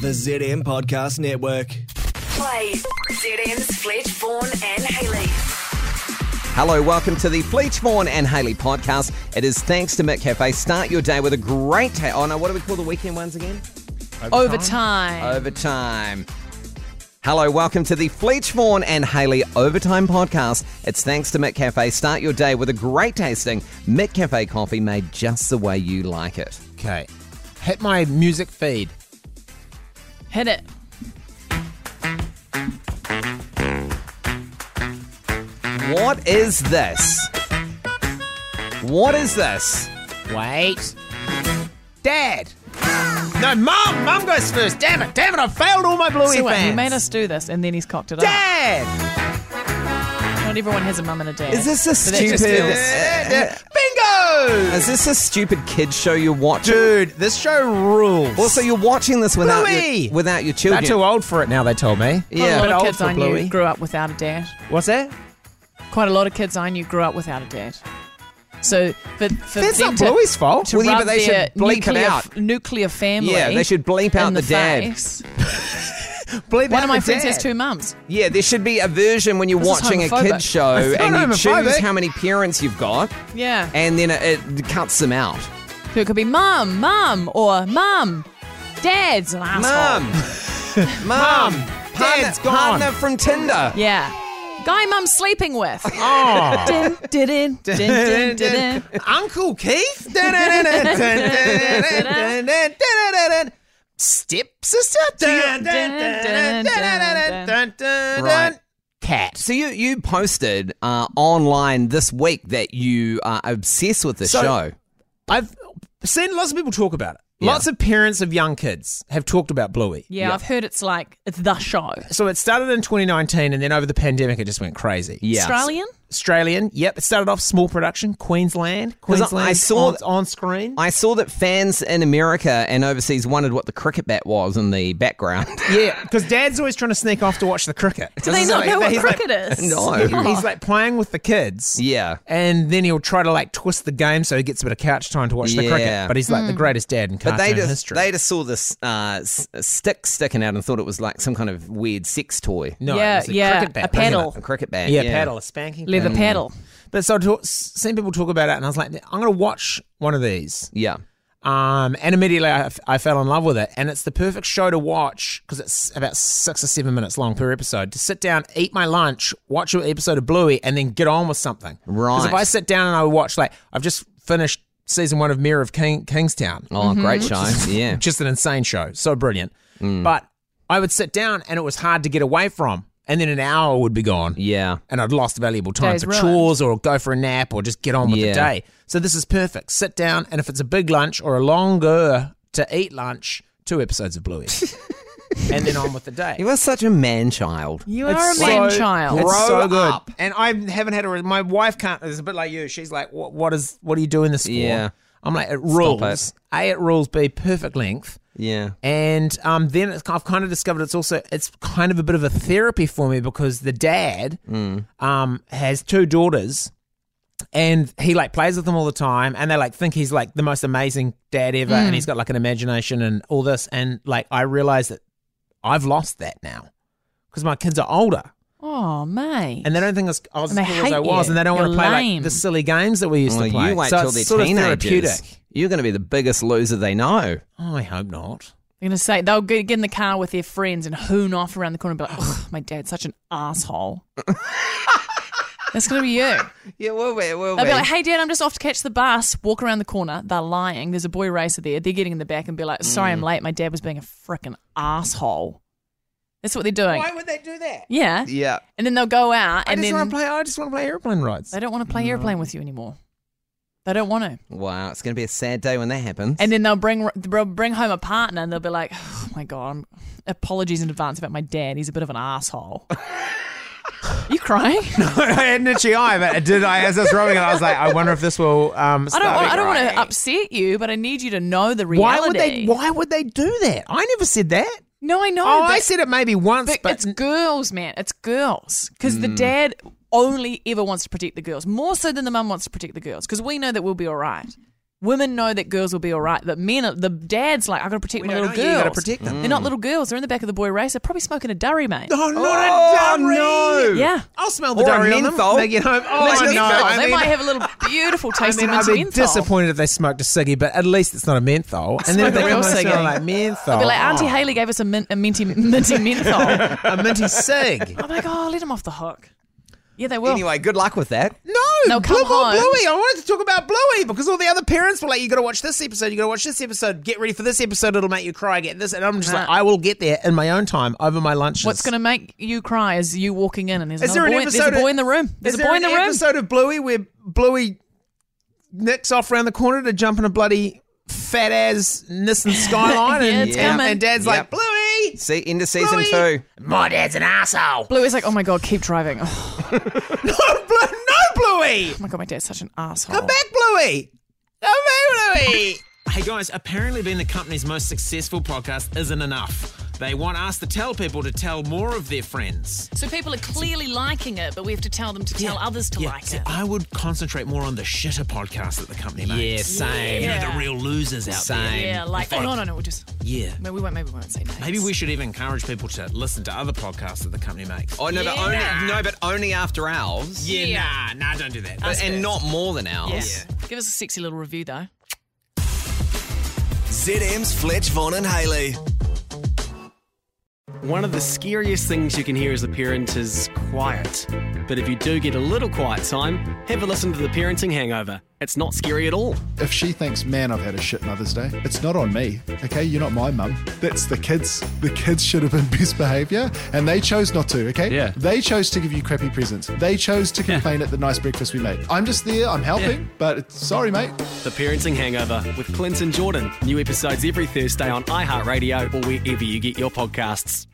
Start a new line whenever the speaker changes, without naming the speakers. The ZM Podcast Network.
Play ZM's Fletch, Vaughan, and Haley.
Hello, welcome to the Fleet Vaughan and Haley podcast. It is thanks to Mick Cafe. Start your day with a great. Ta- oh no, what do we call the weekend ones again?
Overtime.
Overtime. Hello, welcome to the Fleet Vaughan and Haley Overtime Podcast. It's thanks to Mick Cafe. Start your day with a great tasting Mick Cafe coffee made just the way you like it.
Okay. Hit my music feed.
Hit it.
What is this? What is this?
Wait. Dad! No, Mum! Mum goes first! Damn it! Damn it! I failed all my Bluey
So wait,
fans!
he made us do this, and then he's cocked it up.
Dad!
Not everyone has a mum and a dad.
Is this a
So that just
stupid-
feels-
Bingo!
Is this a stupid kid show you're watching?
Dude, this show rules.
Also, you're watching this without
Bluey!
your, without your children.
They're too old for it now, they told me.
Yeah.
Quite a
Bit
lot of
old
kids
for
I
Bluey.
knew grew up without a dad.
What's that?
Quite a lot of kids I knew grew up without a dad. So for, for
That's
them
not
to,
Bluey's fault.
to
Well, yeah,
rub
but they
their
should bleep it
nuclear,
out.
f- nuclear family.
Yeah, they should bleep out
in
the dad.
face.
Bleep
One
out
of my
the
friends has
dad.
two mums.
Yeah, there should be a version when you're
This is
watching a
homophobic.
kid's show
It's not
and you choose
homophobic.
how many parents you've got,
Yeah,
and then it, it cuts them out.
so it could be mum, mum, or mum, dad's an asshole.
Mum, mum, partner,
Dad's gone.
partner from Tinder.
Yeah. Guy mum's sleeping with.
Oh.
Dun, dun, dun, dun, dun, dun.
Uncle Keith? Step sister?
Right.
Cat.
So you you posted uh, online this week that you are obsessed with this
So-
show.
I've seen lots of people talk about it.
Yeah.
Lots of parents of young kids have talked about Bluey.
Yeah, I've heard it's like it's the show.
So it started in 2019, and then over the pandemic, it just went crazy.
Yeah.
Australian?
Mm. Australian, yep. It started off small production, Queensland.
'Cause I- I
Queensland
saw-
on, on screen.
I saw that fans in America and overseas wondered what the cricket bat was in the background.
yeah, because dad's always trying to sneak off to watch the cricket.
Do they not know what
He's like-
cricket is?
no.
He's like playing with the kids.
yeah.
and then he'll try to like twist the game so he gets a bit of couch time to watch the
Yeah. Hmm.
cricket. But he's like the greatest dad in
But
cartoon
they just
history.
they just saw this uh, s- stick sticking out and thought it was like some kind of weird sex toy.
no,
Yeah,
it was a
yeah,
cricket bat,
a
wasn't
paddle.
A cricket bat.
it? Yeah, paddle, a spanking.
Leather
paddle.
paddle.
But so I talk, seen people talk about it, and I was like, I'm going to watch one of these.
Yeah.
Um, and immediately I, f- I fell in love with it, and it's the perfect show to watch because it's about six or seven minutes long per episode. To sit down, eat my lunch, watch an episode of Bluey, and then get on with something. Because if
Right.
I sit down and I watch, like, I've just finished season one of Mirror of King- Kingstown.
Oh, great show. yeah. Mm.
just an insane show. So brilliant. But I would sit down and it was hard to get away from. And then an hour would be gone.
Yeah.
And I'd lost valuable time
Day's
for
ruined.
chores or go for a nap or just get on with
Yeah.
the day. So this is perfect. Sit down and if it's a big lunch or a longer to eat lunch, two episodes of Bluey. and then on with the day.
You are such a man child.
You
It's
are a
so-
man child.
It's
Grow
so good.
up.
And I haven't had a. My wife can't. It's a bit like you. She's like, what, what is? What are you doing this for?
Yeah.
I'm like, it rules.
it.
A, it rules. B, perfect length.
Yeah.
And um, then it's, I've kind of discovered it's also it's kind of a bit of a therapy for me because the dad
Mm.
um, has two daughters, and he like plays with them all the time, and they like think he's like the most amazing dad ever,
Mm.
and he's got like an imagination and all this, and like I realize that I've lost that now because my kids are older
Oh, mate.
and they don't think I was, I was
And
as
they
cool as I
hate
was,
you.
and they don't want
You're
to play
lame.
like the silly games that we used
Well,
to play.
you wait
so
till
it's
they're
sort of
teenagers.
therapeutic.
You're going to be the biggest loser they know.
Oh, I hope not.
I'm gonna say they'll get get in the car with their friends and hoon off around the corner and be like, oh, my dad's such an asshole. That's gonna be you.
Yeah, will be, will
They'll be like, hey dad, I'm just off to catch the bus, walk around the corner, they're lying, there's a boy racer there, they're getting in the back and be like, sorry I'm late, my dad was being a frickin' asshole. That's what they're doing.
would they do that?
Yeah.
yeah.
And then they'll go out
I
and
just
then
want to play. I just want to play airplane rides.
they don't want to play airplane with you anymore. They don't want to.
Wow, it's going to be a sad day when that happens.
And then they'll bring they'll bring home a partner and they'll be like, oh my God, I'm, apologies in advance about my dad. He's a bit of an asshole. you crying?
"Oh, I had an itchy eye, but it did. I as I was rubbing it, I was like, I wonder if this will. Um,
I don't,
start
want, I don't want
crying.
to upset you, but I need you to know the reality.
Why would they? Why would they do that? I never said that.
No, I know.
Oh,
but,
I said it maybe once,
but
but, Mm.
it's girls, man. It's girls. Because the dad only ever wants to protect the girls, more so than the mum wants to protect the girls, because we know that we'll be all right. Women know that girls will be all right, but men, are, the dad's like, I got to protect my
don't
little
know you,
girls.
you gotta protect them.
They're not little girls. They're in the back of the boy race. They're probably smoking a durry, mate.
Mm. No, not
Oh,
a dowry.
no.
Yeah.
I'll smell the
Or a
dowry on them.
menthol.
when They get home. Oh,
Menthol.
no. I
they
mean,
might have a little beautiful
I
taste
mean, I'd
of
be
menthol.
disappointed if they smoked a ciggy, but at least it's not a menthol. And then if they
Smoke a
come
real
home
ciggy.
smelling like menthol,
Be like, Auntie Haley gave us a, min- a minty, minty menthol.
a minty cig.
I'm like, oh, let him off the hook. Yeah, they will.
Anyway, good luck with that.
No,
No, come
Blue-
on.
Bluey. I wanted to talk about Bluey because all the other parents were like, "You got to watch this episode. You got to watch this episode. Get ready for this episode. It'll make you cry. Get this." And I'm just like,
Nah.
"I will get there in my own time over my lunches."
Uh. What's going to make you cry is you walking in and there's,
Is there
another
an
boy,
episode?
there's a boy
of-
in the room. There's
is
a boy
there
in the
an
room.
Episode of Bluey where Bluey nicks off around the corner to jump in a bloody fat ass Nissan Skyline,
Yeah,
and,
it's
and,
coming.
and Dad's
Yep.
like, "Bluey,
See, end of season
Bluey,
two.
My dad's an asshole.
Blue is like, oh my god, keep driving. Oh
no, Blue, no, Bluey.
my god, my dad's such an asshole.
Come back, Bluey. Come back, Bluey."
Hey guys, apparently being the company's most successful podcast isn't enough. They want us to tell people to tell more of their friends.
So people are clearly liking it, but we have to tell them to tell others to
yeah,
like
see,
it.
I would concentrate more on the shitter podcast that the company makes.
Yeah,
You
same.
know,
Yeah.
the real losers out there.
yeah, like oh no no no, we'll just
Yeah.
well, we won't maybe we won't say names.
Maybe we should even encourage people to listen to other podcasts that the company makes.
Oh no, but
Yeah.
only no, but only after ours.
yeah,
yeah.
nah, nah, don't do that.
But- and not more than
Yeah.
ours.
Give us a sexy little review though.
ZM's Fletch, Vaughan, and Haley.
One of the scariest things you can hear as a parent is quiet. But if you do get a little quiet time, have a listen to The Parenting Hangover. It's not scary at all.
If she thinks, man, I've had a shit Mother's Day, it's not on me. Okay, you're not my mum. That's the kids. The kids should have been best behaviour, and they chose not to. Okay,
Yeah.
They chose to give you crappy presents. They chose to complain at the nice breakfast we made. I'm just there. I'm helping, but it's, sorry, mate.
The Parenting Hangover with Clint and Jordan. New episodes every Thursday on iHeartRadio or wherever you get your podcasts.